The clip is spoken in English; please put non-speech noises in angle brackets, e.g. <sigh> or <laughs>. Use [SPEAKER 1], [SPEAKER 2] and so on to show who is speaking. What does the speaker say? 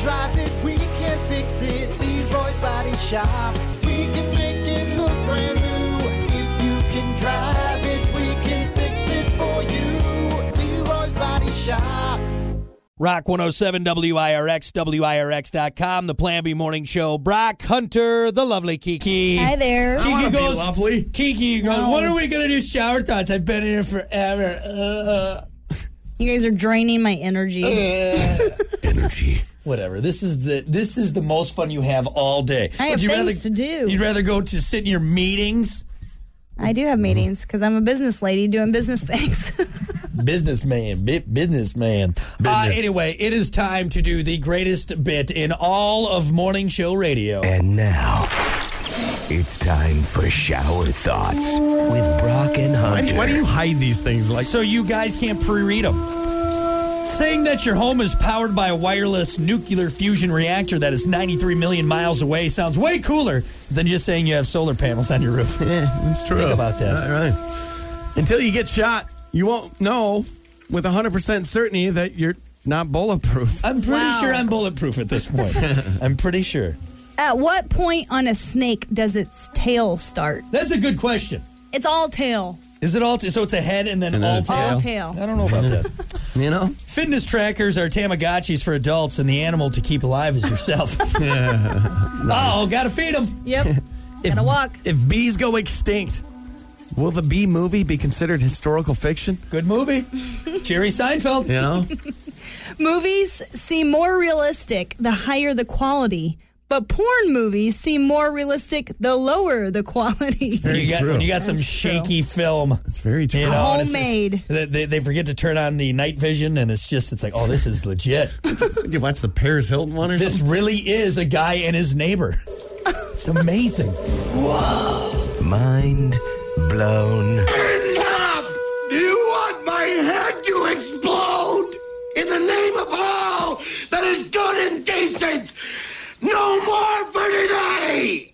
[SPEAKER 1] drive it, we can fix it. Leroy's Body Shop. We can make it look brand new. If you can drive it, we can fix it for you. Leroy's Body Shop.
[SPEAKER 2] Rock 107 WIRX, WIRX.com, the Plan B Morning Show. Brock Hunter, the lovely Kiki.
[SPEAKER 3] Hi there.
[SPEAKER 2] Kiki
[SPEAKER 4] wanna be
[SPEAKER 2] goes,
[SPEAKER 4] lovely.
[SPEAKER 2] Kiki goes, what are we going to do shower thoughts? I've been in here forever. Uh,
[SPEAKER 3] You guys are draining my <laughs> energy.
[SPEAKER 4] Energy.
[SPEAKER 2] whatever. This is the this is the most fun you have all day.
[SPEAKER 3] I have
[SPEAKER 2] Would you
[SPEAKER 3] things to do.
[SPEAKER 2] You'd rather go to sit in your meetings,
[SPEAKER 3] I do have meetings because I'm a business lady doing business <laughs> things.
[SPEAKER 2] businessman, bi- businessman. Uh,
[SPEAKER 4] Business.
[SPEAKER 2] anyway, it is time to do the greatest bit in all of morning show radio.
[SPEAKER 4] And now it's time for shower thoughts with Brock and Hunter.
[SPEAKER 5] Why do you hide these things? Like,
[SPEAKER 2] so you guys can't pre-read them. Saying that your home is powered by a wireless nuclear fusion reactor that is 93 million miles away sounds way cooler than just saying you have solar panels on your <laughs> roof.
[SPEAKER 5] yeah, that's true.
[SPEAKER 2] Think about that.
[SPEAKER 5] All right. Until you get shot, you won't know with 100% certainty that you're not bulletproof.
[SPEAKER 2] I'm pretty
[SPEAKER 3] Wow.
[SPEAKER 2] sure I'm bulletproof at this <laughs> point. I'm pretty sure.
[SPEAKER 3] At what point on a snake does its tail start?
[SPEAKER 2] That's a good question.
[SPEAKER 3] It's all tail.
[SPEAKER 2] Is it all? T- so it's a head and then
[SPEAKER 5] And then
[SPEAKER 2] all
[SPEAKER 5] a
[SPEAKER 2] tail.
[SPEAKER 3] All
[SPEAKER 2] I
[SPEAKER 3] tail.
[SPEAKER 2] don't know about <laughs> that.
[SPEAKER 5] You know?
[SPEAKER 2] Fitness trackers are Tamagotchis for adults, and the animal to keep alive is <laughs> yourself. Oh, gotta feed them.
[SPEAKER 3] Yep. Gotta walk.
[SPEAKER 5] If bees go extinct, will the bee movie be considered historical fiction?
[SPEAKER 2] Good <laughs> movie. Jerry Seinfeld.
[SPEAKER 5] You <laughs> know?
[SPEAKER 3] Movies seem more realistic the higher the quality, but porn movies seem more realistic the lower the quality.
[SPEAKER 2] When
[SPEAKER 5] Very
[SPEAKER 2] you, got,
[SPEAKER 5] true.
[SPEAKER 2] when you got some shaky film.
[SPEAKER 5] It's very true.
[SPEAKER 2] You know, and it's-
[SPEAKER 3] Homemade.
[SPEAKER 2] It's, they, they forget to turn on the night vision, and it's just, it's like, oh, this is legit.
[SPEAKER 5] Did you watch the Paris Hilton one or
[SPEAKER 2] this
[SPEAKER 5] something?
[SPEAKER 2] really is a guy and his neighbor. It's amazing.
[SPEAKER 4] Mind blown.
[SPEAKER 6] Enough! You want my head to
[SPEAKER 5] Oh,
[SPEAKER 6] explode in the name of all that is good and decent! No more for today!